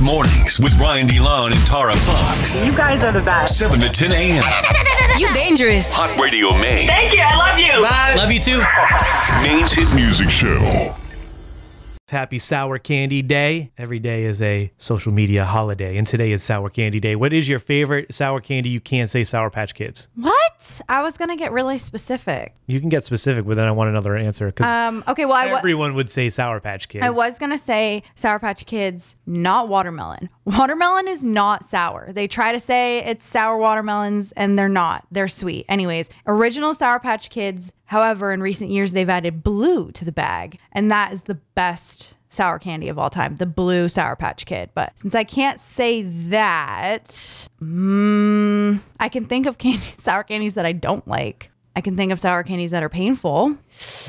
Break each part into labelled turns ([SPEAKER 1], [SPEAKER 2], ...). [SPEAKER 1] Mornings with Brian DeLon and Tara Fox.
[SPEAKER 2] You guys are the best.
[SPEAKER 1] 7 to 10 a.m.
[SPEAKER 3] You dangerous.
[SPEAKER 1] Hot Radio Maine.
[SPEAKER 2] Thank you. I love you.
[SPEAKER 4] Love you too.
[SPEAKER 1] Maine's hit music show.
[SPEAKER 4] Happy Sour Candy Day. Every day is a social media holiday, and today is Sour Candy Day. What is your favorite sour candy? You can't say Sour Patch Kids.
[SPEAKER 5] What? I was gonna get really specific.
[SPEAKER 4] You can get specific, but then I want another answer because
[SPEAKER 5] Um, okay, well, I, wa-
[SPEAKER 4] everyone would say Sour Patch Kids.
[SPEAKER 5] I was gonna say Sour Patch Kids, not watermelon. Watermelon is not sour. They try to say it's sour watermelons, and they're not. They're sweet. Anyways, original Sour Patch Kids. However, in recent years, they've added blue to the bag, and that is the best sour candy of all time, the blue Sour Patch Kid. But since I can't say that, mm, I can think of candy, sour candies that I don't like. I can think of sour candies that are painful.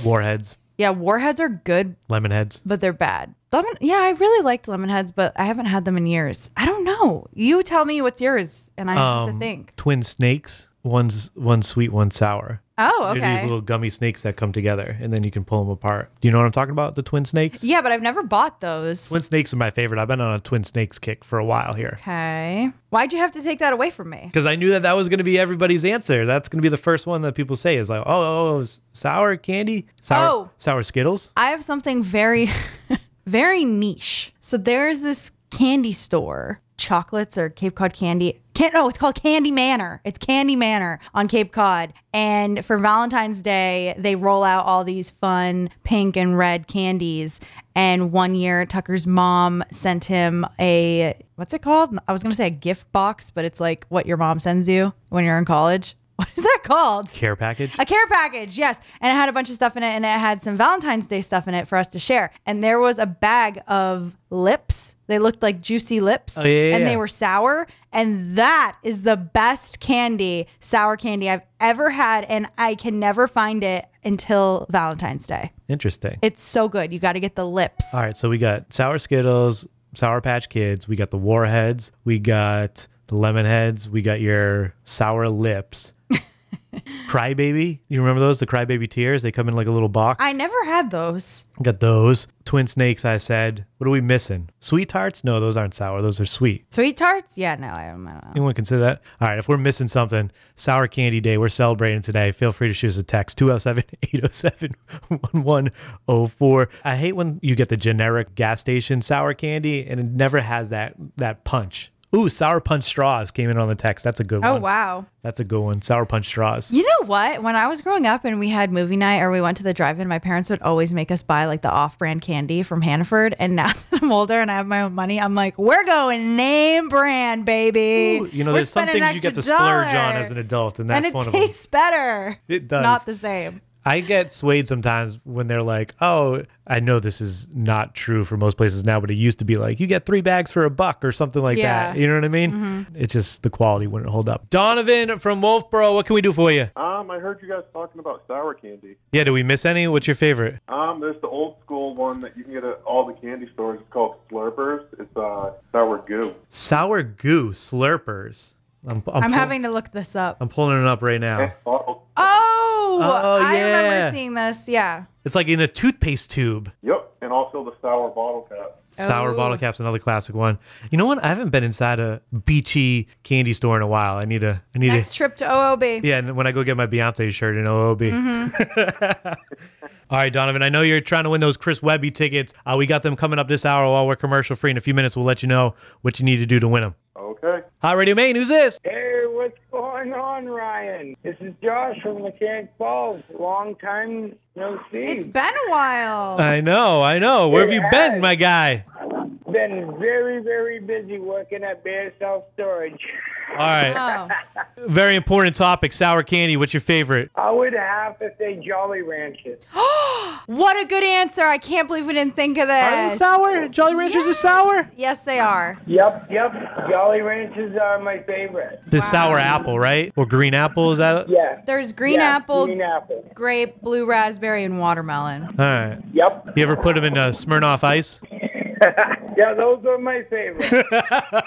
[SPEAKER 4] Warheads,
[SPEAKER 5] Yeah, warheads are good,
[SPEAKER 4] lemon heads.
[SPEAKER 5] but they're bad. Lemon, yeah, I really liked lemon heads, but I haven't had them in years. I don't know. You tell me what's yours, and I have to think.
[SPEAKER 4] Twin snakes. One's one sweet, one sour.
[SPEAKER 5] Oh,
[SPEAKER 4] They're these
[SPEAKER 5] okay.
[SPEAKER 4] little gummy snakes that come together, and then you can pull them apart. Do you know what I'm talking about? The twin snakes.
[SPEAKER 5] Yeah, but I've never bought those.
[SPEAKER 4] Twin snakes are my favorite. I've been on a twin snakes kick for a while here.
[SPEAKER 5] okay. Why'd you have to take that away from me?
[SPEAKER 4] because I knew that that was going to be everybody's answer. That's going to be the first one that people say is like, oh, oh, s- sour candy, sour,
[SPEAKER 5] Oh.
[SPEAKER 4] sour Skittles.
[SPEAKER 5] I have something very, very niche. So there's this candy store, chocolates or Cape Cod candy. Can't, oh, it's called Candy Manor. It's Candy Manor on Cape Cod. And for Valentine's Day, they roll out all these fun pink and red candies. And one year, Tucker's mom sent him a, what's it called? I was going to say a gift box, but it's like what your mom sends you when you're in college. What is that called?
[SPEAKER 4] Care package.
[SPEAKER 5] A care package, yes. And it had a bunch of stuff in it, and it had some Valentine's Day stuff in it for us to share. And there was a bag of lips. They looked like juicy lips,
[SPEAKER 4] Oh, yeah, yeah,
[SPEAKER 5] and
[SPEAKER 4] yeah.
[SPEAKER 5] they were sour. And that is the best candy, sour candy I've ever had, and I can never find it until Valentine's Day.
[SPEAKER 4] Interesting.
[SPEAKER 5] It's so good. You got to get the lips.
[SPEAKER 4] All right, so we got sour Skittles, sour Patch Kids, we got the Warheads, we got the Lemon Heads, we got your sour lips. Crybaby, you remember those? The Crybaby tears. They come in like a little box.
[SPEAKER 5] I never had those.
[SPEAKER 4] got those twin snakes. I said, what are we missing? Sweet tarts? No, those aren't sour. Those are sweet.
[SPEAKER 5] Sweet tarts? Yeah, no, I don't, I don't know.
[SPEAKER 4] Anyone consider that? All right, if we're missing something, Sour Candy Day, we're celebrating today. Feel free to shoot us a text 207 807 1104. I hate when you get the generic gas station sour candy and it never has that that punch. Ooh, sour punch straws came in on the text. That's a good one.
[SPEAKER 5] Oh, wow.
[SPEAKER 4] That's a good one. Sour punch straws.
[SPEAKER 5] You know what? When I was growing up and we had movie night or we went to the drive-in, my parents would always make us buy like the off-brand candy from Hannaford. And now that I'm older and I have my own money, I'm like, we're going name brand, baby.
[SPEAKER 4] Ooh, you know,
[SPEAKER 5] We're
[SPEAKER 4] there's some
[SPEAKER 5] spending
[SPEAKER 4] things
[SPEAKER 5] an
[SPEAKER 4] you get to
[SPEAKER 5] extra
[SPEAKER 4] splurge on
[SPEAKER 5] dollar."
[SPEAKER 4] as an adult, and
[SPEAKER 5] and
[SPEAKER 4] that's
[SPEAKER 5] it
[SPEAKER 4] one of them.
[SPEAKER 5] tastes better.
[SPEAKER 4] It
[SPEAKER 5] It's
[SPEAKER 4] does.
[SPEAKER 5] Not the same.
[SPEAKER 4] I get swayed sometimes when they're like, "Oh, I know this is not true for most places now, but it used to be like you get three bags for a buck or something like that."
[SPEAKER 5] Yeah. Mm-hmm.
[SPEAKER 4] You know what I mean? It's just the quality wouldn't hold up. Donovan from Wolfboro, what can we do for you?
[SPEAKER 6] Um, I heard you guys talking about sour candy.
[SPEAKER 4] Yeah, do we miss any? What's your favorite?
[SPEAKER 6] Um, there's the old school one that you can get at all the candy stores. It's called Slurpers. It's uh, sour goo.
[SPEAKER 4] Sour goo slurpers. I'm, I'm,
[SPEAKER 5] I'm
[SPEAKER 4] pull-
[SPEAKER 5] having to look this up.
[SPEAKER 4] I'm pulling it up right now.
[SPEAKER 6] Oh,
[SPEAKER 5] Oh,
[SPEAKER 4] Oh,
[SPEAKER 5] I
[SPEAKER 4] yeah.
[SPEAKER 5] remember seeing this. Yeah.
[SPEAKER 4] It's like in a toothpaste tube.
[SPEAKER 6] yep, and also the sour bottle cap.
[SPEAKER 4] Sour
[SPEAKER 5] Oh.
[SPEAKER 4] bottle caps, another classic one. You know what? I haven't been inside a beachy candy store in a while. I need a. I need a,
[SPEAKER 5] Next trip to OOB.
[SPEAKER 4] Yeah, and when I go get my Beyonce shirt in OOB. All right, Donovan, I know you're trying to win those Chris Webby tickets. Uh, we got them coming up this hour while we're commercial free. In a few minutes, we'll let you know what you need to do to win them.
[SPEAKER 6] Okay.
[SPEAKER 4] Hi, Radio Maine. Who's this?
[SPEAKER 7] Hey, what's going on, Ryan? This is Josh from Mechanic Falls. Long time no see.
[SPEAKER 5] It's been a while.
[SPEAKER 4] I know, I know. Where have you been, my guy?
[SPEAKER 7] been very, very busy working at Bear Self Storage.
[SPEAKER 4] All right,
[SPEAKER 5] oh.
[SPEAKER 4] very important topic. Sour candy. What's your favorite?
[SPEAKER 7] I would have to say Jolly Ranchers.
[SPEAKER 5] What a good answer. I can't believe we didn't think of this.
[SPEAKER 4] Are they sour? Jolly Ranchers is sour.
[SPEAKER 5] Yes, they are.
[SPEAKER 7] Yep, yep. Jolly Ranchers are my favorite.
[SPEAKER 4] The sour apple, right? Or green apple? Is that?
[SPEAKER 7] Yeah.
[SPEAKER 5] There's green
[SPEAKER 7] yeah,
[SPEAKER 5] apple,
[SPEAKER 7] Green apple.
[SPEAKER 5] grape, blue raspberry, and watermelon.
[SPEAKER 4] All right.
[SPEAKER 7] Yep.
[SPEAKER 4] You ever put them in a Smirnoff Ice?
[SPEAKER 7] Yeah, those are my favorite.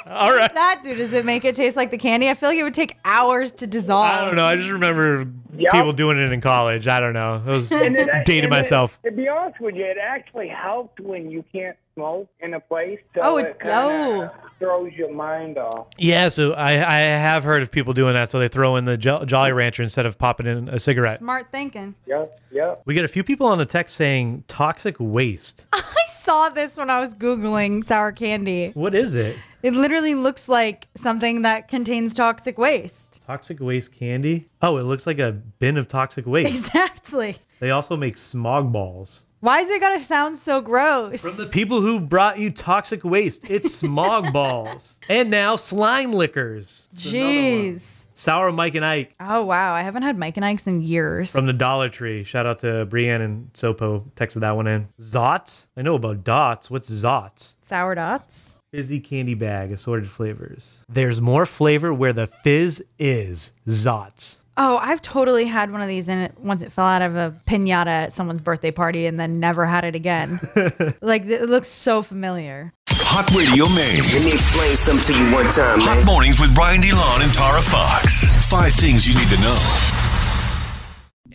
[SPEAKER 4] All right.
[SPEAKER 5] That dude, does it make it taste like the candy? I feel like it would take hours to dissolve.
[SPEAKER 4] I don't know. I just remember
[SPEAKER 7] Yup.
[SPEAKER 4] people doing it in college. I don't know. I was
[SPEAKER 7] And it-
[SPEAKER 4] dating
[SPEAKER 7] and
[SPEAKER 4] myself.
[SPEAKER 7] It, to be honest with you, it actually helped when you can't smoke in a place. So
[SPEAKER 5] Oh, it-
[SPEAKER 7] it kinda throws your mind off.
[SPEAKER 4] Yeah, so I, I have heard of people doing that. So they throw in the jo- Jolly Rancher instead of popping in a cigarette.
[SPEAKER 5] Smart thinking.
[SPEAKER 7] Yep, yep.
[SPEAKER 4] We get a few people on the text saying toxic waste.
[SPEAKER 5] I saw this when I was Googling sour candy.
[SPEAKER 4] What is it?
[SPEAKER 5] It literally looks like something that contains toxic waste.
[SPEAKER 4] Toxic waste candy? Oh, it looks like a bin of toxic waste.
[SPEAKER 5] Exactly.
[SPEAKER 4] They also make smog balls.
[SPEAKER 5] Why is it gotta sound so
[SPEAKER 4] From the
[SPEAKER 5] gross?
[SPEAKER 4] people who brought you toxic waste, it's smog balls. And now slime liquors.
[SPEAKER 5] Jeez.
[SPEAKER 4] Sour Mike and Ike
[SPEAKER 5] Oh wow, I haven't had Mike and Ike's in years.
[SPEAKER 4] from the Dollar Tree. Shout out to Brienne and Sopo. Texted that one in. Zots? I know about dots. What's Zots?
[SPEAKER 5] sour dots.
[SPEAKER 4] Fizzy candy bag, assorted flavors. There's more flavor where the fizz is. Zots.
[SPEAKER 5] Oh, I've totally had one of these and it once it fell out of a pinata at someone's birthday party and then never had it again. like it looks so familiar.
[SPEAKER 1] Hot Radio Maine.
[SPEAKER 2] Let me explain something to you one time, man.
[SPEAKER 1] Hot mornings with Brian DeLon and Tara Fox. Five things you need to know.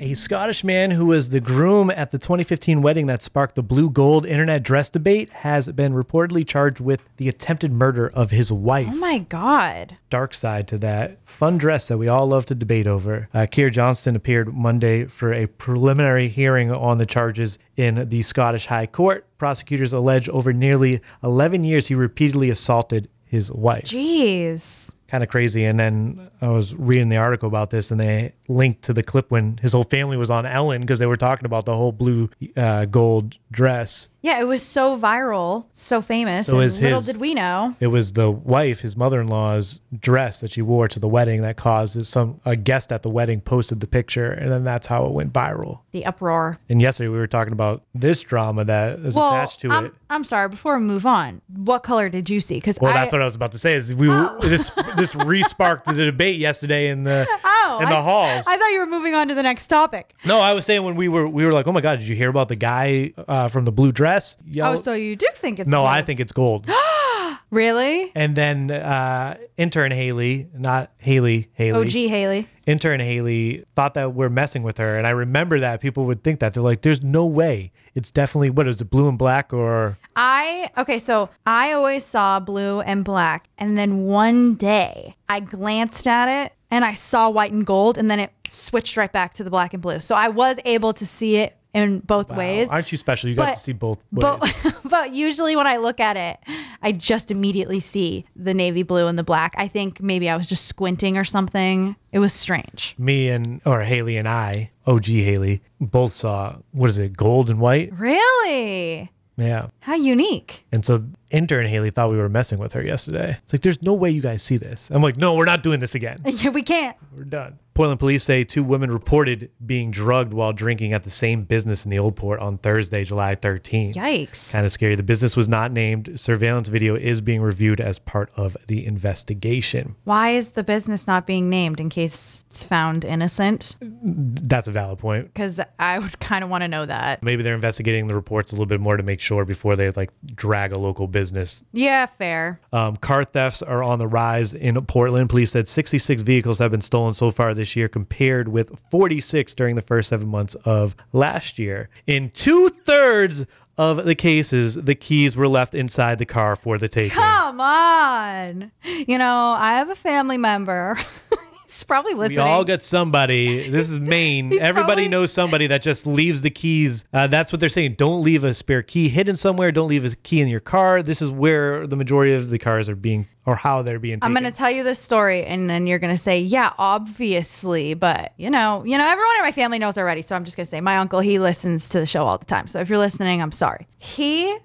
[SPEAKER 4] A Scottish man who was the groom at the 2015 wedding that sparked the blue gold internet dress debate has been reportedly charged with the attempted murder of his wife.
[SPEAKER 5] Oh my god.
[SPEAKER 4] dark side to that fun dress that we all love to debate over. Uh, Keir Johnston appeared Monday for a preliminary hearing on the charges in the Scottish High Court. Prosecutors allege over nearly 11 years he repeatedly assaulted his wife.
[SPEAKER 5] Jeez.
[SPEAKER 4] Kind of crazy. And then I was reading the article about this and they linked to the clip when his whole family was on Ellen because they were talking about the whole blue uh, gold dress.
[SPEAKER 5] Yeah, it was so viral, so famous.
[SPEAKER 4] So
[SPEAKER 5] and
[SPEAKER 4] is
[SPEAKER 5] little
[SPEAKER 4] his-
[SPEAKER 5] did we know.
[SPEAKER 4] It was the wife, his mother-in-law's dress that she wore to the wedding that caused some a guest at the wedding posted the picture, and then that's how it went viral.
[SPEAKER 5] The uproar.
[SPEAKER 4] And yesterday we were talking about this drama that is attached to
[SPEAKER 5] I'm,
[SPEAKER 4] it.
[SPEAKER 5] I'm sorry. Before we move on, what color did you see? Because
[SPEAKER 4] Well, that's what I was about to say. Is we
[SPEAKER 5] Oh.
[SPEAKER 4] this this re-sparked the debate yesterday in the in the halls.
[SPEAKER 5] Oh, I thought you were moving on to the next topic.
[SPEAKER 4] no, I was saying when we were we were like, oh my god, did you hear about the guy uh, from the blue dress? Yellow-
[SPEAKER 5] Oh, so you do think it's
[SPEAKER 4] no,
[SPEAKER 5] blue.
[SPEAKER 4] I think it's gold.
[SPEAKER 5] really
[SPEAKER 4] and then uh, intern Haley, not Haley, Haley.
[SPEAKER 5] OG Haley.
[SPEAKER 4] intern Haley thought that we're messing with her. And I remember that people would think that. They're like, there's no way. It's definitely, what is it, blue and black or.
[SPEAKER 5] I okay, so I always saw blue and black, and then one day I glanced at it and I saw white and gold, and then it switched right back to the black and blue. So I was able to see it in both ways.
[SPEAKER 4] Aren't you special? You got to see both ways.
[SPEAKER 5] But, but usually when I look at it, I just immediately see the navy blue and the black. I think maybe I was just squinting or something. It was strange.
[SPEAKER 4] Me and, or Haley and I, OG Haley, both saw, what is it, gold and white?
[SPEAKER 5] Really?
[SPEAKER 4] Yeah.
[SPEAKER 5] How unique.
[SPEAKER 4] And so intern Haley thought we were messing with her yesterday. It's like, there's no way you guys see this. I'm like, no, we're not doing this again.
[SPEAKER 5] Yeah, we can't.
[SPEAKER 4] We're done. Portland police say two women reported being drugged while drinking at the same business in the Old Port on Thursday, July 13th.
[SPEAKER 5] Yikes.
[SPEAKER 4] Kind of scary. The business was not named. Surveillance video is being reviewed as part of the investigation.
[SPEAKER 5] Why is the business not being named in case it's found innocent?
[SPEAKER 4] That's a valid point.
[SPEAKER 5] Because I would kind of want to know that.
[SPEAKER 4] Maybe they're investigating the reports a little bit more to make sure before they like drag a local business.
[SPEAKER 5] Yeah, fair.
[SPEAKER 4] Um, car thefts are on the rise in Portland. Police said 66 vehicles have been stolen so far this year, compared with 46 during the first seven months of last year. In two thirds of the cases, the keys were left inside the car for the taking.
[SPEAKER 5] Come on. You know, I have a family member. He's probably
[SPEAKER 4] We
[SPEAKER 5] listening.
[SPEAKER 4] all got somebody. This is Maine. Everybody
[SPEAKER 5] probably-
[SPEAKER 4] knows somebody that just leaves the keys. Uh, that's what they're saying. Don't leave a spare key hidden somewhere. Don't leave a key in your car. This is where the majority of the cars are being, or how they're being.
[SPEAKER 5] I'm
[SPEAKER 4] taken.
[SPEAKER 5] gonna tell you this story, and then you're gonna say, "Yeah, obviously," but you know, you know, everyone in my family knows already. So I'm just gonna say, my uncle, he listens to the show all the time. So if you're listening, I'm sorry. He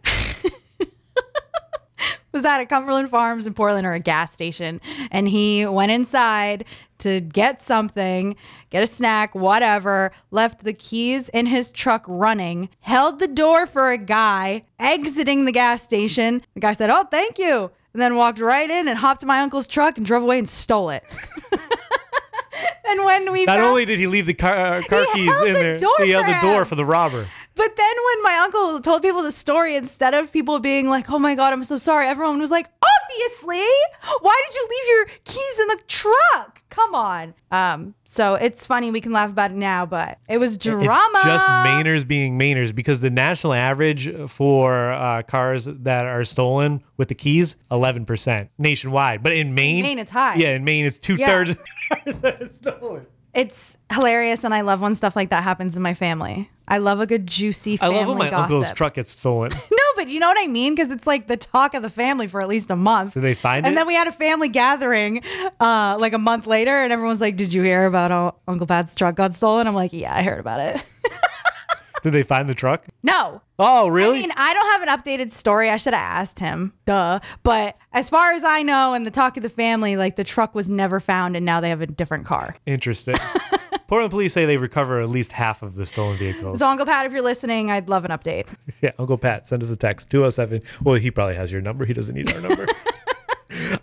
[SPEAKER 5] was at a Cumberland Farms in Portland or a gas station, and he went inside to get something, get a snack, whatever, left the keys in his truck running, held the door for a guy exiting the gas station. The guy said, Oh, thank you. And then walked right in and hopped in my uncle's truck and drove away and stole it. and when we
[SPEAKER 4] Not
[SPEAKER 5] found-
[SPEAKER 4] only did he leave the car, uh, car
[SPEAKER 5] He
[SPEAKER 4] keys
[SPEAKER 5] held
[SPEAKER 4] in
[SPEAKER 5] the
[SPEAKER 4] there,
[SPEAKER 5] door
[SPEAKER 4] he held
[SPEAKER 5] for
[SPEAKER 4] the door
[SPEAKER 5] him.
[SPEAKER 4] for the robber.
[SPEAKER 5] But then when my uncle told people the story, instead of people being like, "Oh my god, I'm so sorry," everyone was like, Obviously. Why did you leave your keys in the truck? Come on. Um, so it's funny we can laugh about it now, but it was drama.
[SPEAKER 4] It's just Mainers being Mainers because the national average for uh, cars that are stolen with the keys, 11% nationwide. But in Maine,
[SPEAKER 5] Maine, it's high.
[SPEAKER 4] Yeah, in Maine, it's two thirds of the cars that are stolen.
[SPEAKER 5] It's hilarious, and I love when stuff like that happens in my family. I love a good juicy
[SPEAKER 4] I
[SPEAKER 5] family
[SPEAKER 4] love when my
[SPEAKER 5] gossip.
[SPEAKER 4] uncle's truck gets stolen.
[SPEAKER 5] No, but you know what I mean? Because it's like the talk of the family for at least a month. Did
[SPEAKER 4] they find
[SPEAKER 5] And
[SPEAKER 4] it?
[SPEAKER 5] then we had a family gathering uh, like a month later, and everyone's like, Did you hear about how Uncle Pat's truck got stolen? I'm like, Yeah, I heard about it.
[SPEAKER 4] Did they find the truck?
[SPEAKER 5] no.
[SPEAKER 4] Oh, really?
[SPEAKER 5] I mean, I don't have an updated story. I should have asked him. Duh. But as far as I know, and the talk of the family, like the truck was never found, and now they have a different car.
[SPEAKER 4] Interesting. Portland police say they recover at least half of the stolen vehicles.
[SPEAKER 5] So, Uncle Pat, if you're listening, I'd love an update.
[SPEAKER 4] Yeah, Uncle Pat, send us a text 207. Well, he probably has your number. He doesn't need our number.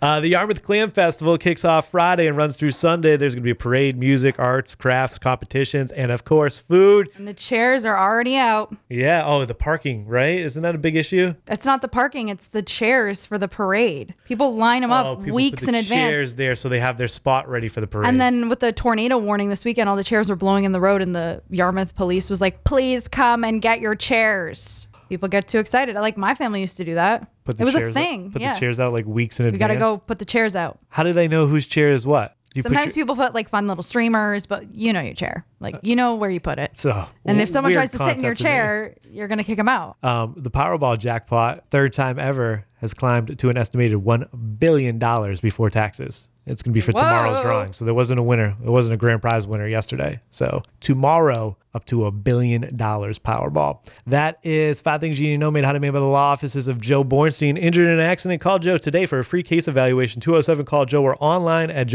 [SPEAKER 4] Uh, the Yarmouth Clam Festival kicks off Friday and runs through Sunday. There's going to be a parade, music, arts, crafts, competitions, and of course, food.
[SPEAKER 5] And the chairs are already out.
[SPEAKER 4] Yeah. Oh, the parking, right? Isn't that a big issue?
[SPEAKER 5] It's not the parking, it's the chairs for the parade. People line them
[SPEAKER 4] oh,
[SPEAKER 5] up
[SPEAKER 4] people
[SPEAKER 5] weeks
[SPEAKER 4] put the
[SPEAKER 5] in
[SPEAKER 4] Chairs
[SPEAKER 5] advance.
[SPEAKER 4] there, so they have their spot ready for the parade.
[SPEAKER 5] And then with the tornado warning this weekend, all the chairs were blowing in the road, and the Yarmouth police was like, please come and get your chairs. People get too excited. Like my family used to do that.
[SPEAKER 4] put the
[SPEAKER 5] it was a
[SPEAKER 4] chairs
[SPEAKER 5] thing.
[SPEAKER 4] Out, put
[SPEAKER 5] yeah.
[SPEAKER 4] the chairs out like weeks in
[SPEAKER 5] we got
[SPEAKER 4] advance.
[SPEAKER 5] to go put the chairs out.
[SPEAKER 4] How do they know whose chair is what? You put
[SPEAKER 5] Sometimes
[SPEAKER 4] your-
[SPEAKER 5] people put like fun little streamers, but you know your chair. Like you know where you put it.
[SPEAKER 4] So,
[SPEAKER 5] and if someone
[SPEAKER 4] weird
[SPEAKER 5] tries to sit in your
[SPEAKER 4] concept, isn't it?
[SPEAKER 5] chair, you're going to kick them out.
[SPEAKER 4] Um, the Powerball jackpot, third time ever, has climbed to an estimated $1 billion before taxes. It's going to be for tomorrow's
[SPEAKER 5] Whoa.
[SPEAKER 4] drawing. So there wasn't a winner. There wasn't a grand prize winner yesterday. So tomorrow, up to a billion dollars Powerball. That is five things you need to know made how to made by the law offices of Joe Bornstein. Injured in an accident, call Joe today for a free case evaluation. 207 call Joe or online at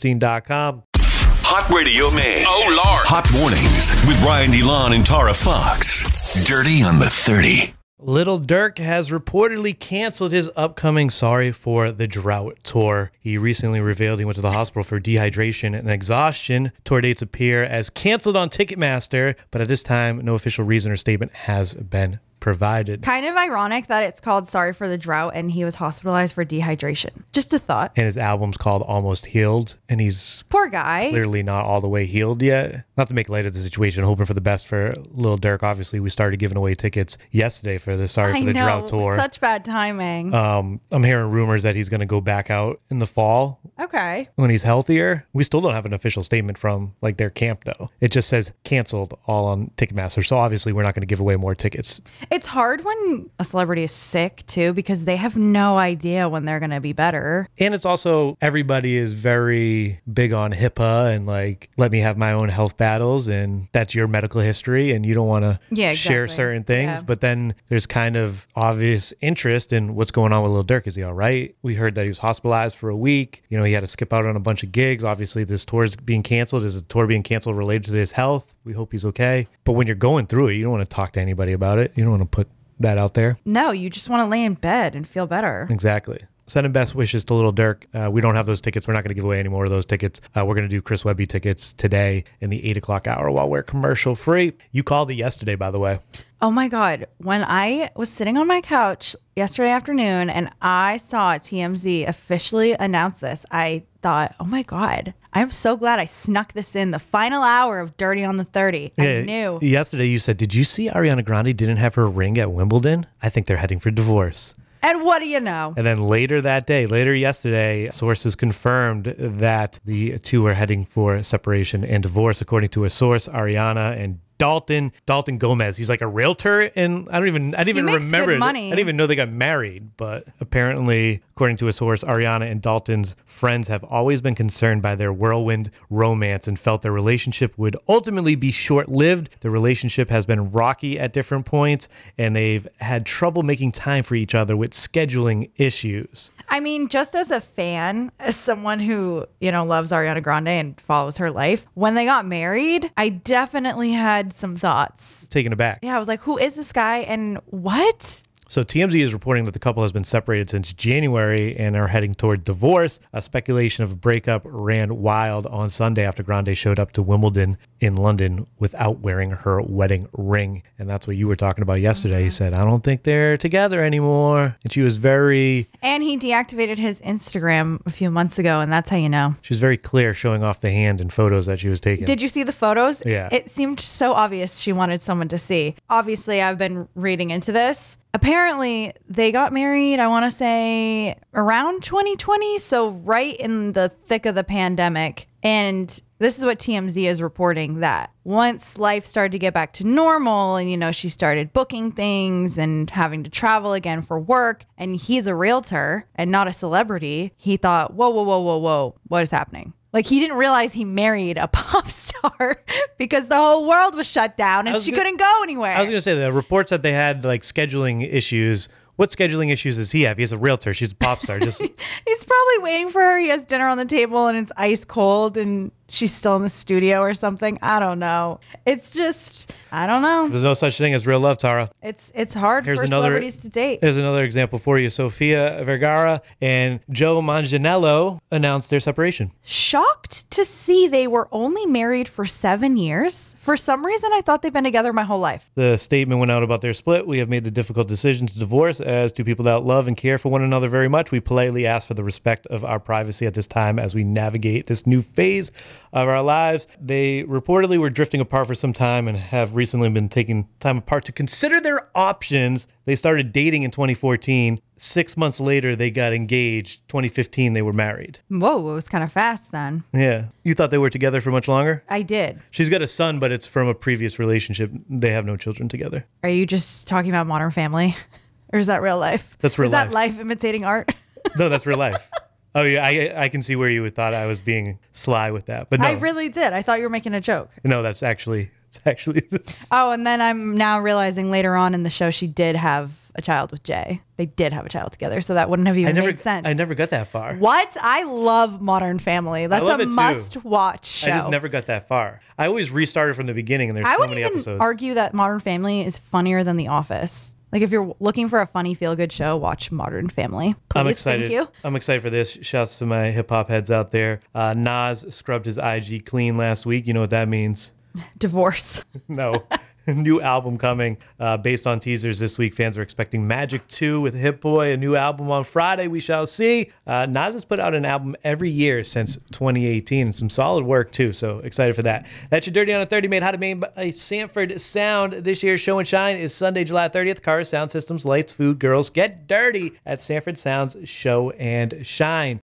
[SPEAKER 4] joebornstein.com.
[SPEAKER 1] Hot Radio Maine.
[SPEAKER 8] Oh, Lord.
[SPEAKER 1] Hot Mornings with Ryan DeLon and Tara Fox. Dirty on the 30.
[SPEAKER 4] Little Dirk has reportedly canceled his upcoming Sorry for the Drought tour. He recently revealed he went to the hospital for dehydration and exhaustion. Tour dates appear as canceled on Ticketmaster, but at this time, no official reason or statement has been provided.
[SPEAKER 5] Kind of ironic that it's called Sorry for the Drought and he was hospitalized for dehydration. Just a thought.
[SPEAKER 4] And his album's called Almost Healed, and he's
[SPEAKER 5] Poor guy.
[SPEAKER 4] clearly not all the way healed yet. Not to make light of the situation, hoping for the best for Little Dirk. Obviously, we started giving away tickets yesterday for the Sorry
[SPEAKER 5] I
[SPEAKER 4] for the
[SPEAKER 5] know.
[SPEAKER 4] Drought tour.
[SPEAKER 5] Such bad timing.
[SPEAKER 4] um, I'm hearing rumors that he's going to go back out in the fall
[SPEAKER 5] okay.
[SPEAKER 4] when he's healthier. We still don't have an official statement from like their camp though. It just says canceled all on Ticketmaster. So obviously we're not going to give away more tickets.
[SPEAKER 5] It's hard when a celebrity is sick too because they have no idea when they're going to be better.
[SPEAKER 4] And it's also everybody is very big on HIPAA and like let me have my own health battles and that's your medical history and you don't want to
[SPEAKER 5] Yeah,
[SPEAKER 4] share
[SPEAKER 5] exactly.
[SPEAKER 4] certain things.
[SPEAKER 5] Yeah.
[SPEAKER 4] But then there's kind of obvious interest in what's going on with Lil Durk. Is he all right? We heard that he was hospitalized for a week. You know, he had to skip out on a bunch of gigs. Obviously, this tour is being canceled. Is the tour being canceled related to his health? We hope he's okay. But when you're going through it, you don't want to talk to anybody about it. You don't want to put that out there.
[SPEAKER 5] No, you just want to lay in bed and feel better.
[SPEAKER 4] Exactly. Sending best wishes to Little Dirk. Uh, we don't have those tickets. We're not going to give away any more of those tickets. Uh, we're going to do Chris Webby tickets today in the eight o'clock hour while we're commercial free. You called it yesterday, by the way.
[SPEAKER 5] Oh my God. When I was sitting on my couch yesterday afternoon and I saw TMZ officially announce this, I thought, oh my God, I'm so glad I snuck this in the final hour of Dirty on the 30. I knew.
[SPEAKER 4] Yesterday, you said, "Did you see Ariana Grande didn't have her ring at Wimbledon? I think they're heading for divorce."
[SPEAKER 5] And what do you know?
[SPEAKER 4] And then later that day, later yesterday, sources confirmed that the two are heading for separation and divorce, according to a source, Ariana and Dalton, Dalton Gomez. He's like a realtor, and I don't even, I didn't even
[SPEAKER 5] makes good
[SPEAKER 4] remember. it.
[SPEAKER 5] money.
[SPEAKER 4] I didn't even know they got married, but apparently, according to a source, Ariana and Dalton's friends have always been concerned by their whirlwind romance and felt their relationship would ultimately be short lived. The relationship has been rocky at different points, and they've had trouble making time for each other with scheduling issues.
[SPEAKER 5] I mean, just as a fan, as someone who, you know, loves Ariana Grande and follows her life, when they got married, I definitely had some thoughts.
[SPEAKER 4] Taken aback.
[SPEAKER 5] Yeah, I was like, who is this guy and what?
[SPEAKER 4] So TMZ is reporting that the couple has been separated since January and are heading toward divorce. A speculation of a breakup ran wild on Sunday after Grande showed up to Wimbledon in London without wearing her wedding ring. And that's what you were talking about yesterday. You
[SPEAKER 5] Mm-hmm.
[SPEAKER 4] said, I don't think they're together anymore. And she was very
[SPEAKER 5] And he deactivated his Instagram a few months ago, and that's how you know.
[SPEAKER 4] she was very clear showing off the hand in photos that she was taking.
[SPEAKER 5] Did you see the photos?
[SPEAKER 4] Yeah.
[SPEAKER 5] It seemed so obvious she wanted someone to see. Obviously, I've been reading into this. Apparently, they got married, I want to say around 2020. So, right in the thick of the pandemic. And this is what TMZ is reporting that once life started to get back to normal and, you know, she started booking things and having to travel again for work, and he's a realtor and not a celebrity, he thought, whoa, whoa, whoa, whoa, whoa, what is happening? Like he didn't realize he married a pop star because the whole world was shut down and
[SPEAKER 4] was
[SPEAKER 5] she
[SPEAKER 4] gonna-
[SPEAKER 5] couldn't go anywhere.
[SPEAKER 4] I was going to say the reports that they had like scheduling issues. What scheduling issues does he have? He's a realtor. She's a pop star. Just
[SPEAKER 5] He's probably waiting for her. He has dinner on the table and it's ice cold and she's still in the studio or something. I don't know. It's just I don't know.
[SPEAKER 4] there's no such thing as real love, Tara.
[SPEAKER 5] It's it's hard
[SPEAKER 4] Here's
[SPEAKER 5] for
[SPEAKER 4] another-
[SPEAKER 5] celebrities to date.
[SPEAKER 4] Here's another example for you. Sofia Vergara and Joe Manganiello announced their separation.
[SPEAKER 5] Shocked to see they were only married for 7 years. For some reason I thought they've been together my whole life.
[SPEAKER 4] The statement went out about their split. We have made the difficult decision to divorce as two people that love and care for one another very much. We politely ask for the respect of our privacy at this time as we navigate this new phase of our lives. They reportedly were drifting apart for some time and have recently been taking time apart to consider their options. They started dating in 2014. Six months later, they got engaged. 2015, they were married.
[SPEAKER 5] Whoa, it was kind of fast then.
[SPEAKER 4] Yeah. You thought they were together for much longer?
[SPEAKER 5] I did.
[SPEAKER 4] She's got a son, but it's from a previous relationship. They have no children together.
[SPEAKER 5] Are you just talking about Modern Family, or is that real life?
[SPEAKER 4] That's real
[SPEAKER 5] is that life imitating art?
[SPEAKER 4] No, that's real life. Oh yeah, I I can see where you would thought I was being sly with that, but no,
[SPEAKER 5] I really did. I thought you were making a joke.
[SPEAKER 4] no, that's actually it's actually
[SPEAKER 5] Oh, and then I'm now realizing later on in the show she did have a child with Jay. They did have a child together, so that wouldn't have
[SPEAKER 4] I
[SPEAKER 5] even
[SPEAKER 4] never
[SPEAKER 5] made sense.
[SPEAKER 4] I never got that far.
[SPEAKER 5] What? I love Modern Family. That's
[SPEAKER 4] love
[SPEAKER 5] a
[SPEAKER 4] it too.
[SPEAKER 5] must-watch show.
[SPEAKER 4] I just never got that far. I always restarted from the beginning, and there's
[SPEAKER 5] I
[SPEAKER 4] so
[SPEAKER 5] would
[SPEAKER 4] many
[SPEAKER 5] even
[SPEAKER 4] episodes.
[SPEAKER 5] argue that Modern Family is funnier than The Office. Like if you're looking for a funny feel-good show, watch Modern Family. Please,
[SPEAKER 4] I'm excited.
[SPEAKER 5] Thank you.
[SPEAKER 4] I'm excited for this. Shouts to my hip hop heads out there. Uh, Nas scrubbed his IG clean last week. You know what that means.
[SPEAKER 5] Divorce.
[SPEAKER 4] No. new album coming uh, based on teasers this week. Fans are expecting Magic 2 with Hip Boy, a new album on Friday. We shall see. Uh, Nas has put out an album every year since 2018 and some solid work too. So excited for that. That's your Dirty on a 30 made how to made by Sanford Sound. This year's Show and Shine is Sunday, July 30th. Car Sound Systems, Lights, Food, Girls Get Dirty at Sanford Sound's Show and Shine.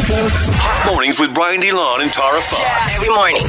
[SPEAKER 1] Hot mornings with Brian DeLon and Tara Fox.
[SPEAKER 3] Every morning.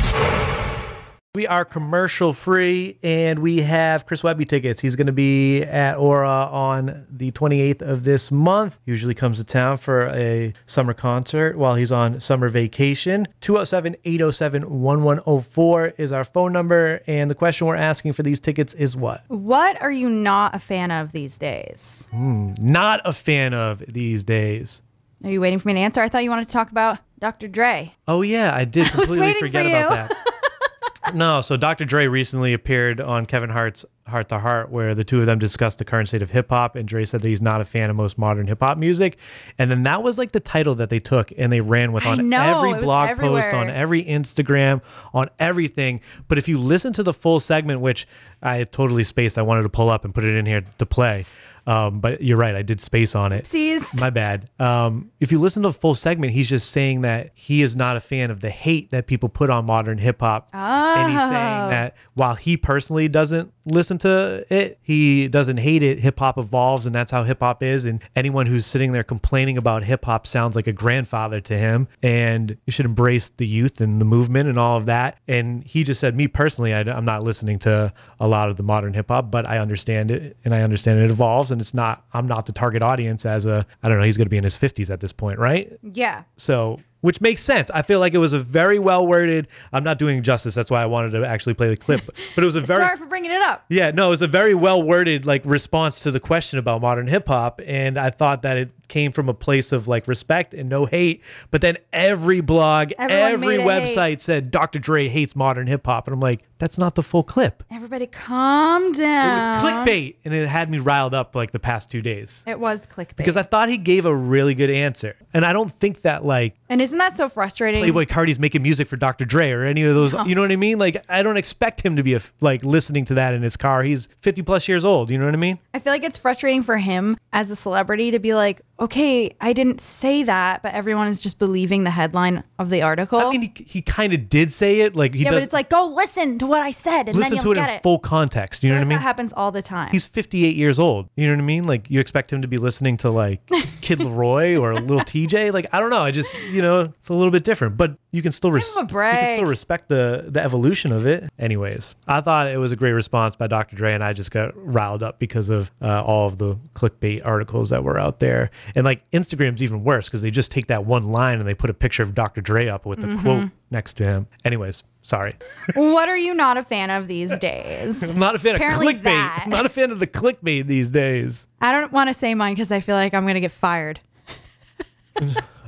[SPEAKER 4] We are commercial free and we have Chris Webby tickets. He's going to be at Aura on the 28th of this month. Usually comes to town for a summer concert while he's on summer vacation. 207 807 1104 is our phone number. And the question we're asking for these tickets is what?
[SPEAKER 5] What are you not a fan of these days?
[SPEAKER 4] Not a fan of these days.
[SPEAKER 5] Are you waiting for me to answer? I thought you wanted to talk about Dr. Dre.
[SPEAKER 4] Oh yeah, I did completely
[SPEAKER 5] waiting
[SPEAKER 4] forget
[SPEAKER 5] for
[SPEAKER 4] about that. no, so Dr. Dre recently appeared on Kevin Hart's Heart to Heart, where the two of them discussed the current state of hip hop, and Dre said that he's not a fan of most modern hip hop music. And then that was like the title that they took and they ran with
[SPEAKER 5] I
[SPEAKER 4] on
[SPEAKER 5] know, it
[SPEAKER 4] every
[SPEAKER 5] was
[SPEAKER 4] blog post, on
[SPEAKER 5] everywhere.
[SPEAKER 4] every Instagram, on everything. But if you listen to the full segment, which I had totally spaced, I wanted to pull up and put it in here to play. Um, but you're right, I did space on it.
[SPEAKER 5] Oopsies.
[SPEAKER 4] My bad. Um, if you listen to the full segment, he's just saying that he is not a fan of the hate that people put on modern hip hop. And he's saying that while he personally doesn't listen to it, he doesn't hate it. Hip hop evolves, and that's how hip hop is. And anyone who's sitting there complaining about hip hop sounds like a grandfather to him. And you should embrace the youth and the movement and all of that. And he just said, Me personally, I, am not listening to a lot of the modern hip hop, but I understand it and I understand it evolves. And it's not, I'm not the target audience as a, I don't know, he's going to be in his 50s at this point, right?
[SPEAKER 5] Yeah.
[SPEAKER 4] So, which makes sense. I feel like it was a very well worded. I'm not doing it justice. That's why I wanted to actually play the clip. But it was a very
[SPEAKER 5] Sorry for bringing it up.
[SPEAKER 4] yeah, no, it was a very well worded like response to the question about modern hip hop, and I thought that it came from a place of like respect and no hate. But then every blog,
[SPEAKER 5] Everyone
[SPEAKER 4] every
[SPEAKER 5] made a hate.
[SPEAKER 4] website said Dr. Dre hates modern hip hop. And I'm like, that's not the full clip.
[SPEAKER 5] Everybody calm
[SPEAKER 4] It
[SPEAKER 5] down.
[SPEAKER 4] was clickbait. And it had me riled up like the past two days
[SPEAKER 5] It was clickbait.
[SPEAKER 4] because I thought he gave a really good answer. And I don't think that like
[SPEAKER 5] and isn't that so frustrating?
[SPEAKER 4] Playboy Cardi's making music for Dr. Dre or any of those. You know what I mean? Like, I don't expect him to be a, f- like listening to that in his car. He's 50 plus years old. You know what I mean?
[SPEAKER 5] I feel like it's frustrating for him as a celebrity to be like, okay, I didn't say that, but everyone is just believing the headline of the article.
[SPEAKER 4] I mean, he, he kind of did say it. Like, he
[SPEAKER 5] yeah,
[SPEAKER 4] does
[SPEAKER 5] but it's like, go listen to what I said and
[SPEAKER 4] listen
[SPEAKER 5] then
[SPEAKER 4] to
[SPEAKER 5] you'll
[SPEAKER 4] it in
[SPEAKER 5] get it.
[SPEAKER 4] full context. You know what I
[SPEAKER 5] that
[SPEAKER 4] mean?
[SPEAKER 5] happens all the time.
[SPEAKER 4] He's 58 years old. You know what I mean? Like, you expect him to be listening to like Kid Leroy or Little TJ? Like, I don't know. I just, you know, it's a little bit different, but you can still, res-
[SPEAKER 5] him a
[SPEAKER 4] You can still
[SPEAKER 5] break.
[SPEAKER 4] respect the, the evolution of it. Anyways, I thought it was a great response by Dr. Dre, and I just got riled up because of uh, all of the clickbait articles that were out there. And like, Instagram's even worse because they just take that one line and they put a picture of Dr. Dre up with the
[SPEAKER 5] Mm-hmm.
[SPEAKER 4] quote next to him. Anyways, sorry.
[SPEAKER 5] what are you not a fan of these days?
[SPEAKER 4] I'm not a fan
[SPEAKER 5] Apparently
[SPEAKER 4] of clickbait.
[SPEAKER 5] that.
[SPEAKER 4] I'm not a fan of the clickbait these days.
[SPEAKER 5] I don't want to say mine because I feel like I'm going to get fired.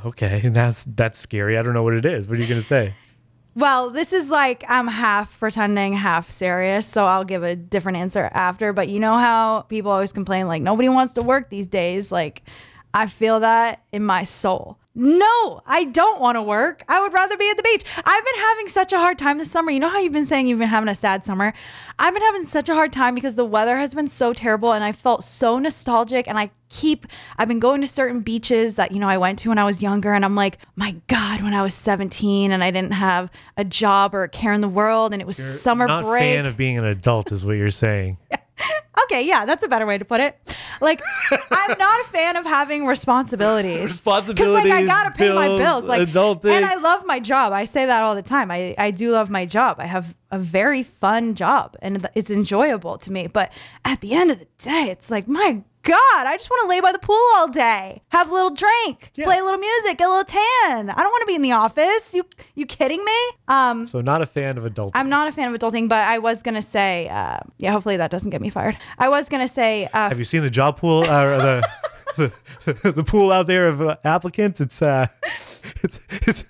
[SPEAKER 4] Okay, and that's that's scary. I don't know what it is. What are you gonna say?
[SPEAKER 5] Well, this is like I'm half pretending, half serious, so I'll give a different answer after. But you know how people always complain, like, nobody wants to work these days? Like, I feel that in my soul. No, I don't want to work. I would rather be at the beach. I've been having such a hard time this summer. You know how you've been saying you've been having a sad summer? I've been having such a hard time because the weather has been so terrible and I felt so nostalgic and I keep I've been going to certain beaches that you know I went to when I was younger and I'm like, "My god, when I was 17 and I didn't have a job or a care in the world and it was summer
[SPEAKER 4] not
[SPEAKER 5] break."
[SPEAKER 4] fan of being an adult is what you're saying.
[SPEAKER 5] okay, yeah, that's a better way to put it. Like, I'm not a fan of having responsibilities. Because, like, I
[SPEAKER 4] Responsibilities,
[SPEAKER 5] gotta pay my
[SPEAKER 4] bills,
[SPEAKER 5] bills. Like,
[SPEAKER 4] adulting.
[SPEAKER 5] and I love my job. I say that all the time. I, I do love my job. I have a very fun job and th- it's enjoyable to me. But at the end of the day, it's like, my God, I just want to lay by the pool all day, have a little drink, play a little music, get a little tan. I don't want to be in the office. You you kidding me? Um,
[SPEAKER 4] So not a fan of adult.
[SPEAKER 5] I'm not a fan of adulting, but I was gonna say, uh, yeah. Hopefully that doesn't get me fired. I was gonna say, uh,
[SPEAKER 4] Have you seen the job pool uh, or the, the the pool out there of uh, applicants? It's uh, it's it's.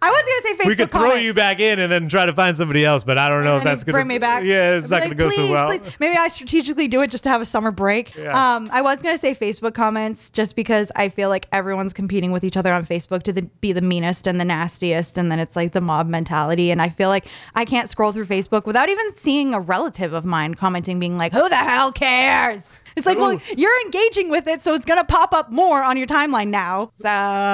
[SPEAKER 5] I was gonna say Facebook.
[SPEAKER 4] we could throw
[SPEAKER 5] comments.
[SPEAKER 4] you back in and then try to find somebody else, but I don't know
[SPEAKER 5] And
[SPEAKER 4] if
[SPEAKER 5] then
[SPEAKER 4] that's gonna
[SPEAKER 5] bring me back.
[SPEAKER 4] Yeah, it's
[SPEAKER 5] I'd
[SPEAKER 4] not
[SPEAKER 5] be
[SPEAKER 4] gonna go
[SPEAKER 5] like,
[SPEAKER 4] so
[SPEAKER 5] "Please,
[SPEAKER 4] well.
[SPEAKER 5] please." Maybe I strategically do it just to have a summer break.
[SPEAKER 4] Yeah.
[SPEAKER 5] Um, I was gonna say Facebook comments just because I feel like everyone's competing with each other on Facebook to the, be the meanest and the nastiest, and then it's like the mob mentality. And I feel like I can't scroll through Facebook without even seeing a relative of mine commenting, being like, "Who the hell cares?" It's like, well, you're engaging with it, so it's gonna pop up more on your timeline now. So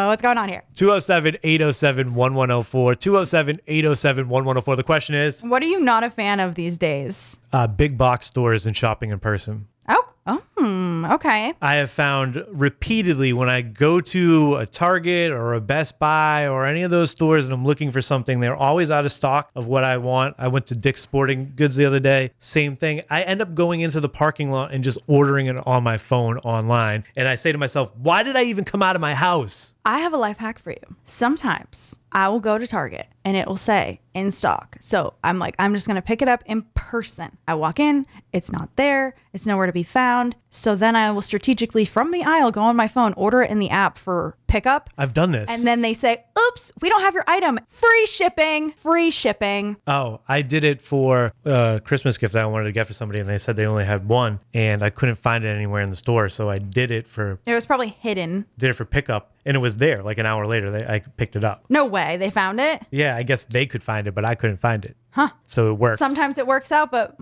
[SPEAKER 5] what's going on here?
[SPEAKER 4] 207 807 1104. 207 807 1104. The question is
[SPEAKER 5] What are you not a fan of these days?
[SPEAKER 4] uh, big box stores and shopping in person.
[SPEAKER 5] Oh, oh, hmm, okay.
[SPEAKER 4] I have found repeatedly when I go to a Target or a Best Buy or any of those stores and I'm looking for something, they're always out of stock of what I want. I went to Dick's Sporting Goods the other day, same thing. I end up going into the parking lot and just ordering it on my phone online. And I say to myself, why did I even come out of my house?
[SPEAKER 5] I have a life hack for you. Sometimes I will go to Target and it will say in stock. So I'm like, I'm just going to pick it up in person. I walk in, it's not there, it's nowhere to be found. So then I will strategically from the aisle go on my phone, order it in the app for pickup.
[SPEAKER 4] I've done this.
[SPEAKER 5] And then they say, oops, we don't have your item. Free shipping, free shipping.
[SPEAKER 4] Oh, I did it for a Christmas gift that I wanted to get for somebody, and they said they only had one, and I couldn't find it anywhere in the store. So I did it for
[SPEAKER 5] It was probably hidden.
[SPEAKER 4] did it for pickup, and it was there. Like an hour later, they, I picked it up.
[SPEAKER 5] No way they found it.
[SPEAKER 4] Yeah, I guess they could find it, but I couldn't find it. Huh? So it worked.
[SPEAKER 5] Sometimes it works out, but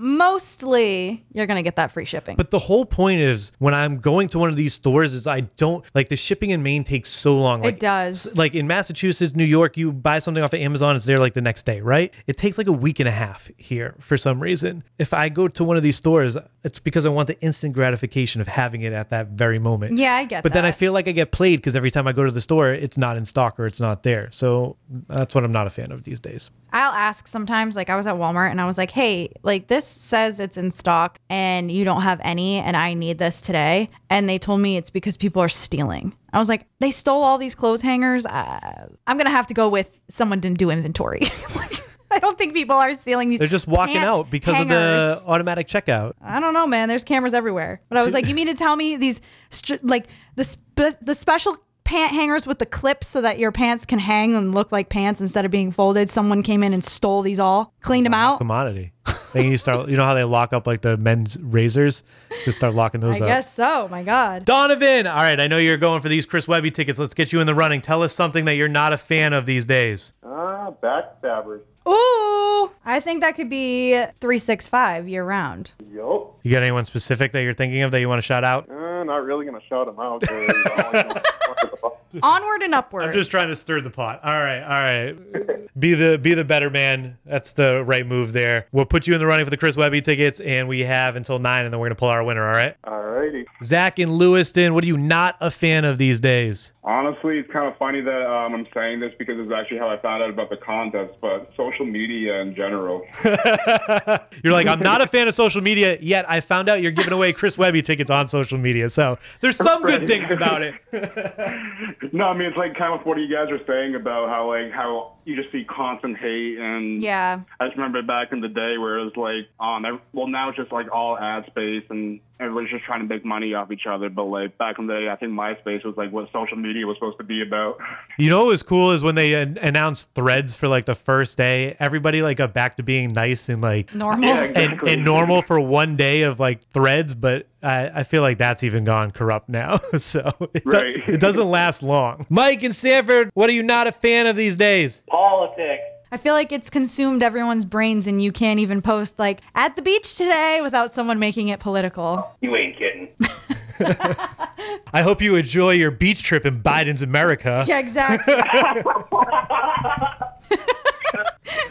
[SPEAKER 5] mostly you're going to get that free shipping.
[SPEAKER 4] But the whole point is when I'm going to one of these stores is I don't like the shipping in Maine takes so long. Like,
[SPEAKER 5] does.
[SPEAKER 4] s- Like in Massachusetts, New York, you buy something off of Amazon, it's there like the next day, right? It takes like a week and a half here for some reason. If I go to one of these stores, it's because I want the instant gratification of having it at that very moment.
[SPEAKER 5] Yeah, I get
[SPEAKER 4] But then I
[SPEAKER 5] that.
[SPEAKER 4] feel like I get played because every time I go to the store, it's not in stock or it's not there. So that's what I'm not a fan of these days.
[SPEAKER 5] I'll ask sometimes, like I was at Walmart and I was like, hey, like this says it's in stock and you don't have any and I need this today. And they told me it's because people are stealing. I was like, they stole all these clothes hangers. Uh, I'm going to have to go with someone didn't do inventory. like, I don't think people are stealing these.
[SPEAKER 4] They're just walking
[SPEAKER 5] pant
[SPEAKER 4] out because
[SPEAKER 5] hangers. Oh.
[SPEAKER 4] of the automatic checkout.
[SPEAKER 5] I don't know, man. There's cameras everywhere. But I was like, you mean to tell me these, str- like the spe- the special pant hangers with the clips so that your pants can hang and look like pants instead of being folded? Someone came in and stole these all, cleaned them out.
[SPEAKER 4] Commodity. Then you start. You know how they lock up like the men's razors? Just start locking those
[SPEAKER 5] I
[SPEAKER 4] up.
[SPEAKER 5] guess so. Oh My God.
[SPEAKER 4] Donovan. All right, I know you're going for these Chris Webby tickets. Let's get you in the running. Tell us something that you're not a fan of these days.
[SPEAKER 6] Ah, backstabbers.
[SPEAKER 5] Ooh, I think that could be three six five year round.
[SPEAKER 6] Yup.
[SPEAKER 4] You got anyone specific that you're thinking of that you want to shout out?
[SPEAKER 6] Uh, not really gonna shout them out. 'cause I don't like them.
[SPEAKER 5] Onward and upward.
[SPEAKER 4] I'm just trying to stir the pot. All right, all right. Be the be the better man. That's the right move there. We'll put you in the running for the Chris Webby tickets, and we have until nine, and then we're gonna pull our winner. All right.
[SPEAKER 6] Alrighty.
[SPEAKER 4] Zach in Lewiston, what are you not a fan of these days?
[SPEAKER 8] Honestly, it's kind of funny that um, I'm saying this because it's actually how I found out about the contest, but social media in general.
[SPEAKER 4] You're like, I'm not a fan of social media, yet I found out you're giving away Chris Webby tickets on social media. So there's some good things about it.
[SPEAKER 8] no, I mean it's like kind of what you guys are saying about how like how you just see constant hate and
[SPEAKER 5] yeah.
[SPEAKER 8] I just remember back in the day where it was like on um, well now it's just like all ad space and everybody's just trying to make money off each other, but like back in the day I think MySpace was like what social media was supposed to be about.
[SPEAKER 4] You know what was cool is when they an- announced threads for like the first day, everybody like got back to being nice and like
[SPEAKER 5] Normal.
[SPEAKER 4] and, and normal for one day of like threads, but I, I feel like that's even gone corrupt now. So it, do-
[SPEAKER 8] Right.
[SPEAKER 4] it doesn't last long. Mike and Sanford, what are you not a fan of these days?
[SPEAKER 7] Politics.
[SPEAKER 5] I feel like it's consumed everyone's brains and you can't even post like at the beach today without someone making it political.
[SPEAKER 2] You ain't kidding.
[SPEAKER 4] I hope you enjoy your beach trip in Biden's America.
[SPEAKER 5] Yeah, exactly.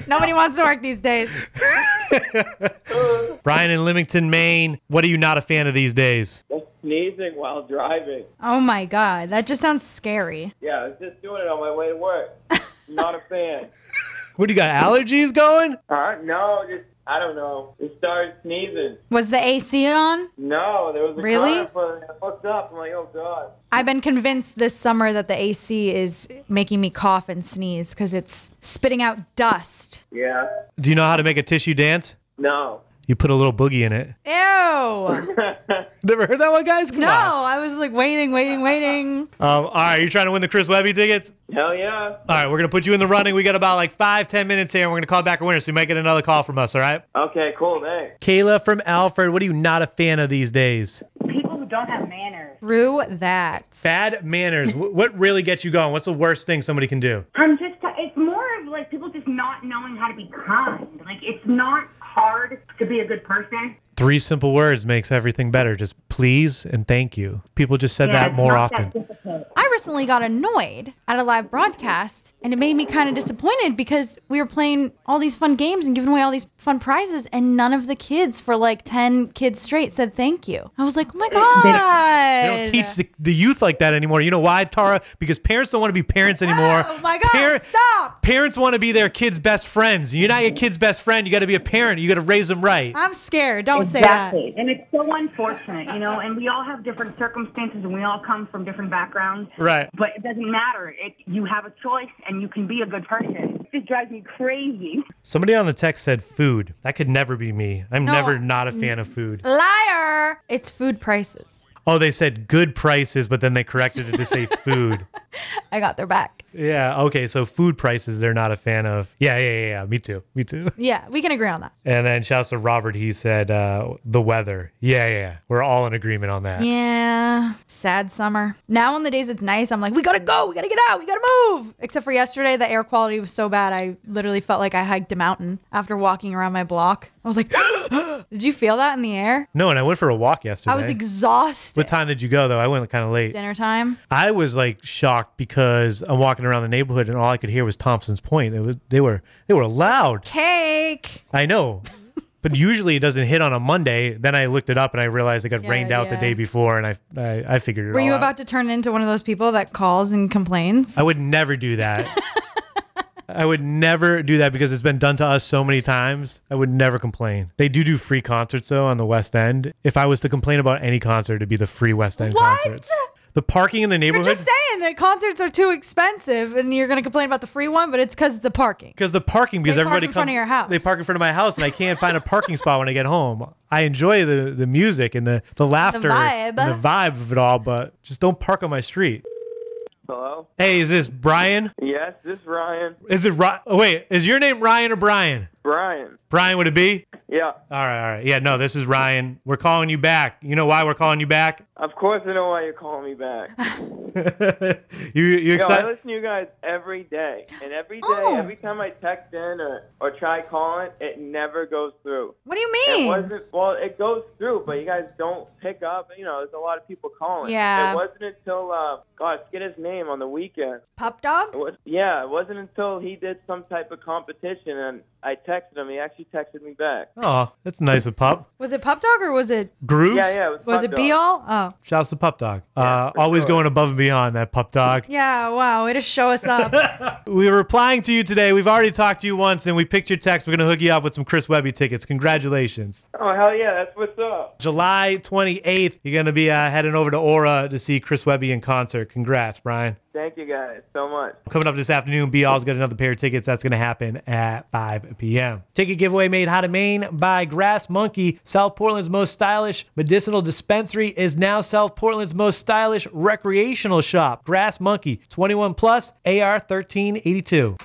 [SPEAKER 5] Nobody wants to work these days.
[SPEAKER 4] Brian in Leamington, Maine, what are you not a fan of these days?
[SPEAKER 7] Just sneezing while driving.
[SPEAKER 5] Oh my god, that just sounds scary.
[SPEAKER 7] Yeah, I was just doing it on my way to work. Not a fan.
[SPEAKER 4] What do you got? Allergies going?
[SPEAKER 7] Huh? No, just I don't know. Just started sneezing.
[SPEAKER 5] Was the AC on?
[SPEAKER 7] No, there was a
[SPEAKER 5] Really?
[SPEAKER 7] car in front of me. I looked up. I'm like, oh god.
[SPEAKER 5] I've been convinced this summer that the AC is making me cough and sneeze because it's spitting out dust.
[SPEAKER 7] Yeah.
[SPEAKER 4] Do you know how to make a tissue dance?
[SPEAKER 7] No.
[SPEAKER 4] You put a little boogie in it.
[SPEAKER 5] Ew. No,
[SPEAKER 4] Never heard that one, guys? Come on.
[SPEAKER 5] I was like waiting, waiting, waiting.
[SPEAKER 4] Um, all right, you're trying to win the Chris Webby tickets?
[SPEAKER 7] Hell yeah.
[SPEAKER 4] All right, we're going to put you in the running. We got about like five, ten minutes here, and we're going to call back a winner, so you might get another call from us, all right?
[SPEAKER 7] Okay. Cool. Thanks.
[SPEAKER 4] Kayla from Alfred, what are you not a fan of these days?
[SPEAKER 9] People who don't have manners.
[SPEAKER 5] Rue that.
[SPEAKER 4] Bad manners. Wh- what really gets you going? What's the worst thing somebody can do?
[SPEAKER 9] I'm just, it's more of like people just not knowing how to be kind. Like, it's not hard to be a good person.
[SPEAKER 4] Three simple words makes everything better. Just please and thank you. People just said
[SPEAKER 9] Yeah,
[SPEAKER 4] that
[SPEAKER 9] it's
[SPEAKER 4] more
[SPEAKER 9] not
[SPEAKER 4] often.
[SPEAKER 9] that difficult.
[SPEAKER 5] I recently got annoyed at a live broadcast and it made me kind of disappointed because we were playing all these fun games and giving away all these fun prizes and none of the kids for like 10 kids straight said thank you. I was like, "Oh my god."
[SPEAKER 4] They don't
[SPEAKER 5] uh,
[SPEAKER 4] teach the, the youth like that anymore. You know why, Tara? Because parents don't want to be parents anymore.
[SPEAKER 5] Oh my God,
[SPEAKER 4] Par-
[SPEAKER 5] stop.
[SPEAKER 4] Parents want to be their kids' best friends. You're not your kid's best friend. You got to be a parent. You got to raise them right.
[SPEAKER 5] I'm scared. Don't
[SPEAKER 9] Exactly. And it's so unfortunate, you know, and we all have different circumstances and we all come from different backgrounds.
[SPEAKER 4] Right.
[SPEAKER 9] But it doesn't matter. It, you have a choice and you can be a good person. It just drives me crazy.
[SPEAKER 4] Somebody on the text said food. That could never be me. I'm
[SPEAKER 5] No.
[SPEAKER 4] never not a fan of food.
[SPEAKER 5] that. Liar. It's food prices.
[SPEAKER 4] Oh, they said good prices, but then they corrected it to say food.
[SPEAKER 5] I got their back.
[SPEAKER 4] Yeah. Okay. So food prices, they're not a fan of. Yeah. Yeah. Yeah. yeah. Me too. Me too.
[SPEAKER 5] Yeah, we can agree on that.
[SPEAKER 4] And then shouts to Robert. He said uh, the weather. Yeah. Yeah. yeah. We're all in agreement on that.
[SPEAKER 5] Yeah. Sad summer. Now on the days it's nice, I'm like, we gotta go, we gotta get out, we gotta move. Except for yesterday, the air quality was so bad, I literally felt like I hiked a mountain after walking around my block. I was like, did you feel that in the air?
[SPEAKER 4] No. And I went for a walk yesterday.
[SPEAKER 5] I was exhausted.
[SPEAKER 4] What time did you go though? I went kind of late.
[SPEAKER 5] Dinner time.
[SPEAKER 4] I was like shocked because I'm walking around the neighborhood and all I could hear was Thompson's Point. It was they were they were loud.
[SPEAKER 5] Cake.
[SPEAKER 4] I know. But usually it doesn't hit on a Monday. Then I looked it up and I realized it got
[SPEAKER 5] Yeah,
[SPEAKER 4] rained out the
[SPEAKER 5] yeah.
[SPEAKER 4] day before, and I I, I figured it.
[SPEAKER 5] Were
[SPEAKER 4] all
[SPEAKER 5] you
[SPEAKER 4] out.
[SPEAKER 5] about to turn into one of those people that calls and complains?
[SPEAKER 4] I would never do that. I would never do that because it's been done to us so many times. I would never complain. They do do free concerts though on the West End. If I was to complain about any concert, it'd be the free West End
[SPEAKER 5] What?
[SPEAKER 4] concerts. the parking in the
[SPEAKER 5] I'm
[SPEAKER 4] neighborhood.
[SPEAKER 5] just saying that concerts are too expensive, and you're going to complain about the free one, but it's because of the parking.
[SPEAKER 4] because the parking because
[SPEAKER 5] They park
[SPEAKER 4] everybody
[SPEAKER 5] in front
[SPEAKER 4] comes-
[SPEAKER 5] of your house.
[SPEAKER 4] They park in front of my house, and I can't find a parking spot when I get home. I enjoy the the music and the the laughter,
[SPEAKER 5] vibe.
[SPEAKER 4] and the vibe of it all, but just don't park on my street.
[SPEAKER 7] Hello?
[SPEAKER 4] Hey, is this Brian?
[SPEAKER 7] Yes, this is Ryan.
[SPEAKER 4] Is it Ri- oh, wait? Is your name Ryan or Brian?
[SPEAKER 7] Brian.
[SPEAKER 4] Brian would it be?
[SPEAKER 7] Yeah,
[SPEAKER 4] All right, all right. Yeah, no, this is Ryan. We're calling you back. You know why we're calling you back?
[SPEAKER 7] of course I know why you're calling me back.
[SPEAKER 4] You you
[SPEAKER 7] Yo, I
[SPEAKER 4] excited?
[SPEAKER 7] listen to you guys every day, and every day,
[SPEAKER 5] Oh.
[SPEAKER 7] every time I text in or, or try calling, it never goes through.
[SPEAKER 5] What do you
[SPEAKER 7] It
[SPEAKER 5] mean?
[SPEAKER 7] wasn't well. It goes through, but you guys don't pick up. You know, there's a lot of people calling.
[SPEAKER 5] Yeah.
[SPEAKER 7] It wasn't until uh, God, get his name on the weekend.
[SPEAKER 5] Pup dog?
[SPEAKER 7] It was, yeah, it wasn't until he did some type of competition, and I texted him. He actually texted me back.
[SPEAKER 4] oh, that's nice of Pup.
[SPEAKER 5] Was it pup dog or was it
[SPEAKER 4] Grooves.
[SPEAKER 7] Yeah, yeah. It
[SPEAKER 5] was
[SPEAKER 7] was Pup
[SPEAKER 5] it
[SPEAKER 7] Dog.
[SPEAKER 5] be all? Oh,
[SPEAKER 4] Shouts to Pup Dog. uh, always
[SPEAKER 7] sure.
[SPEAKER 4] going above and beyond that Pup Dog.
[SPEAKER 5] yeah. Wow, way to show us up. Oh
[SPEAKER 4] We were replying to you today. We've already talked to you once, and we picked your text. We're going to hook you up with some Chris Webby tickets. Congratulations.
[SPEAKER 7] Oh hell yeah, that's what's up.
[SPEAKER 4] July 28th, you're going to be uh, heading over to Aura to see Chris Webby in concert. Congrats, Brian.
[SPEAKER 7] Thank you guys so much.
[SPEAKER 4] Coming up this afternoon, B All's got another pair of tickets. That's going to happen at 5 p.m. Ticket giveaway made hot in Maine by Grass Monkey. South Portland's most stylish medicinal dispensary is now South Portland's most stylish recreational shop. Grass Monkey, 21 plus, AR 1382.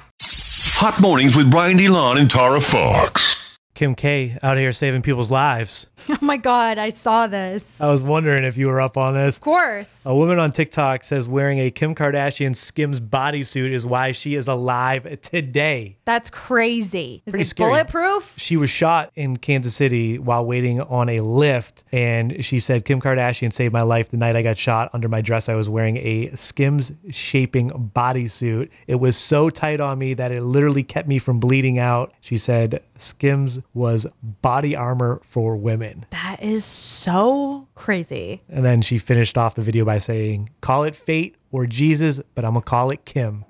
[SPEAKER 1] Hot mornings with Brian DeLon and Tara Fox.
[SPEAKER 4] Kim K out here saving people's lives.
[SPEAKER 5] oh my god, I saw this. Of
[SPEAKER 4] I was wondering if you were up on this.
[SPEAKER 5] course.
[SPEAKER 4] A woman on TikTok says wearing a Kim Kardashian Skims bodysuit is why she is alive today.
[SPEAKER 5] That's crazy. Is
[SPEAKER 4] Pretty
[SPEAKER 5] it
[SPEAKER 4] scary.
[SPEAKER 5] bulletproof?
[SPEAKER 4] She was shot in Kansas City while waiting on a lift. And she said, Kim Kardashian saved my life the night I got shot. Under my dress, I was wearing a Skims shaping bodysuit. It was so tight on me that it literally kept me from bleeding out. She said, Skims was body armor for women.
[SPEAKER 5] That is so crazy.
[SPEAKER 4] And then she finished off the video by saying, Call it fate or Jesus, but I'm going to call it Kim.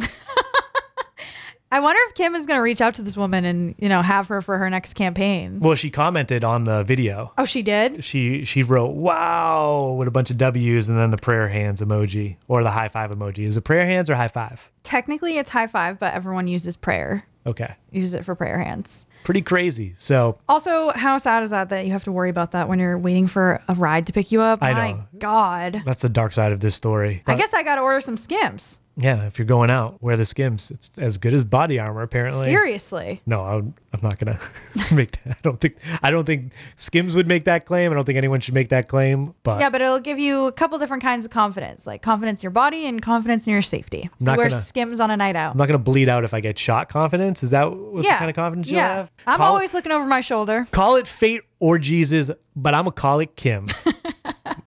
[SPEAKER 5] I wonder if Kim is going to reach out to this woman and, you know, have her for her next campaign.
[SPEAKER 4] well, she commented on the video.
[SPEAKER 5] Oh, she did?
[SPEAKER 4] She she wrote, Wow, with a bunch of W's and then the prayer hands emoji or the high five emoji. Is it prayer hands or high five?
[SPEAKER 5] Technically, it's high five, but everyone uses prayer.
[SPEAKER 4] Okay.
[SPEAKER 5] Use it for prayer hands.
[SPEAKER 4] Pretty crazy. So
[SPEAKER 5] Also, how sad is that that you have to worry about that when you're waiting for a ride to pick you up?
[SPEAKER 4] I
[SPEAKER 5] My
[SPEAKER 4] know.
[SPEAKER 5] God.
[SPEAKER 4] that's the dark side of this story.
[SPEAKER 5] I
[SPEAKER 4] But,
[SPEAKER 5] guess I got to order some skims.
[SPEAKER 4] yeah, if you're going out, wear the skims. It's as good as body armor, apparently.
[SPEAKER 5] Seriously.
[SPEAKER 4] No, I would, I'm not gonna make that. I don't think I don't think Skims would make that claim. I don't think anyone should make that claim. But
[SPEAKER 5] Yeah, but it'll give you a couple different kinds of confidence, like confidence in your body and confidence in your safety. You
[SPEAKER 4] not
[SPEAKER 5] wear
[SPEAKER 4] gonna-
[SPEAKER 5] skims on a night out.
[SPEAKER 4] I'm not going to bleed out if I get shot confidence. Is that what the kind of confidence you have?
[SPEAKER 5] I'm
[SPEAKER 4] Call-
[SPEAKER 5] always looking over my shoulder.
[SPEAKER 4] call it fate or Jesus, but I'm gonna call it Kim.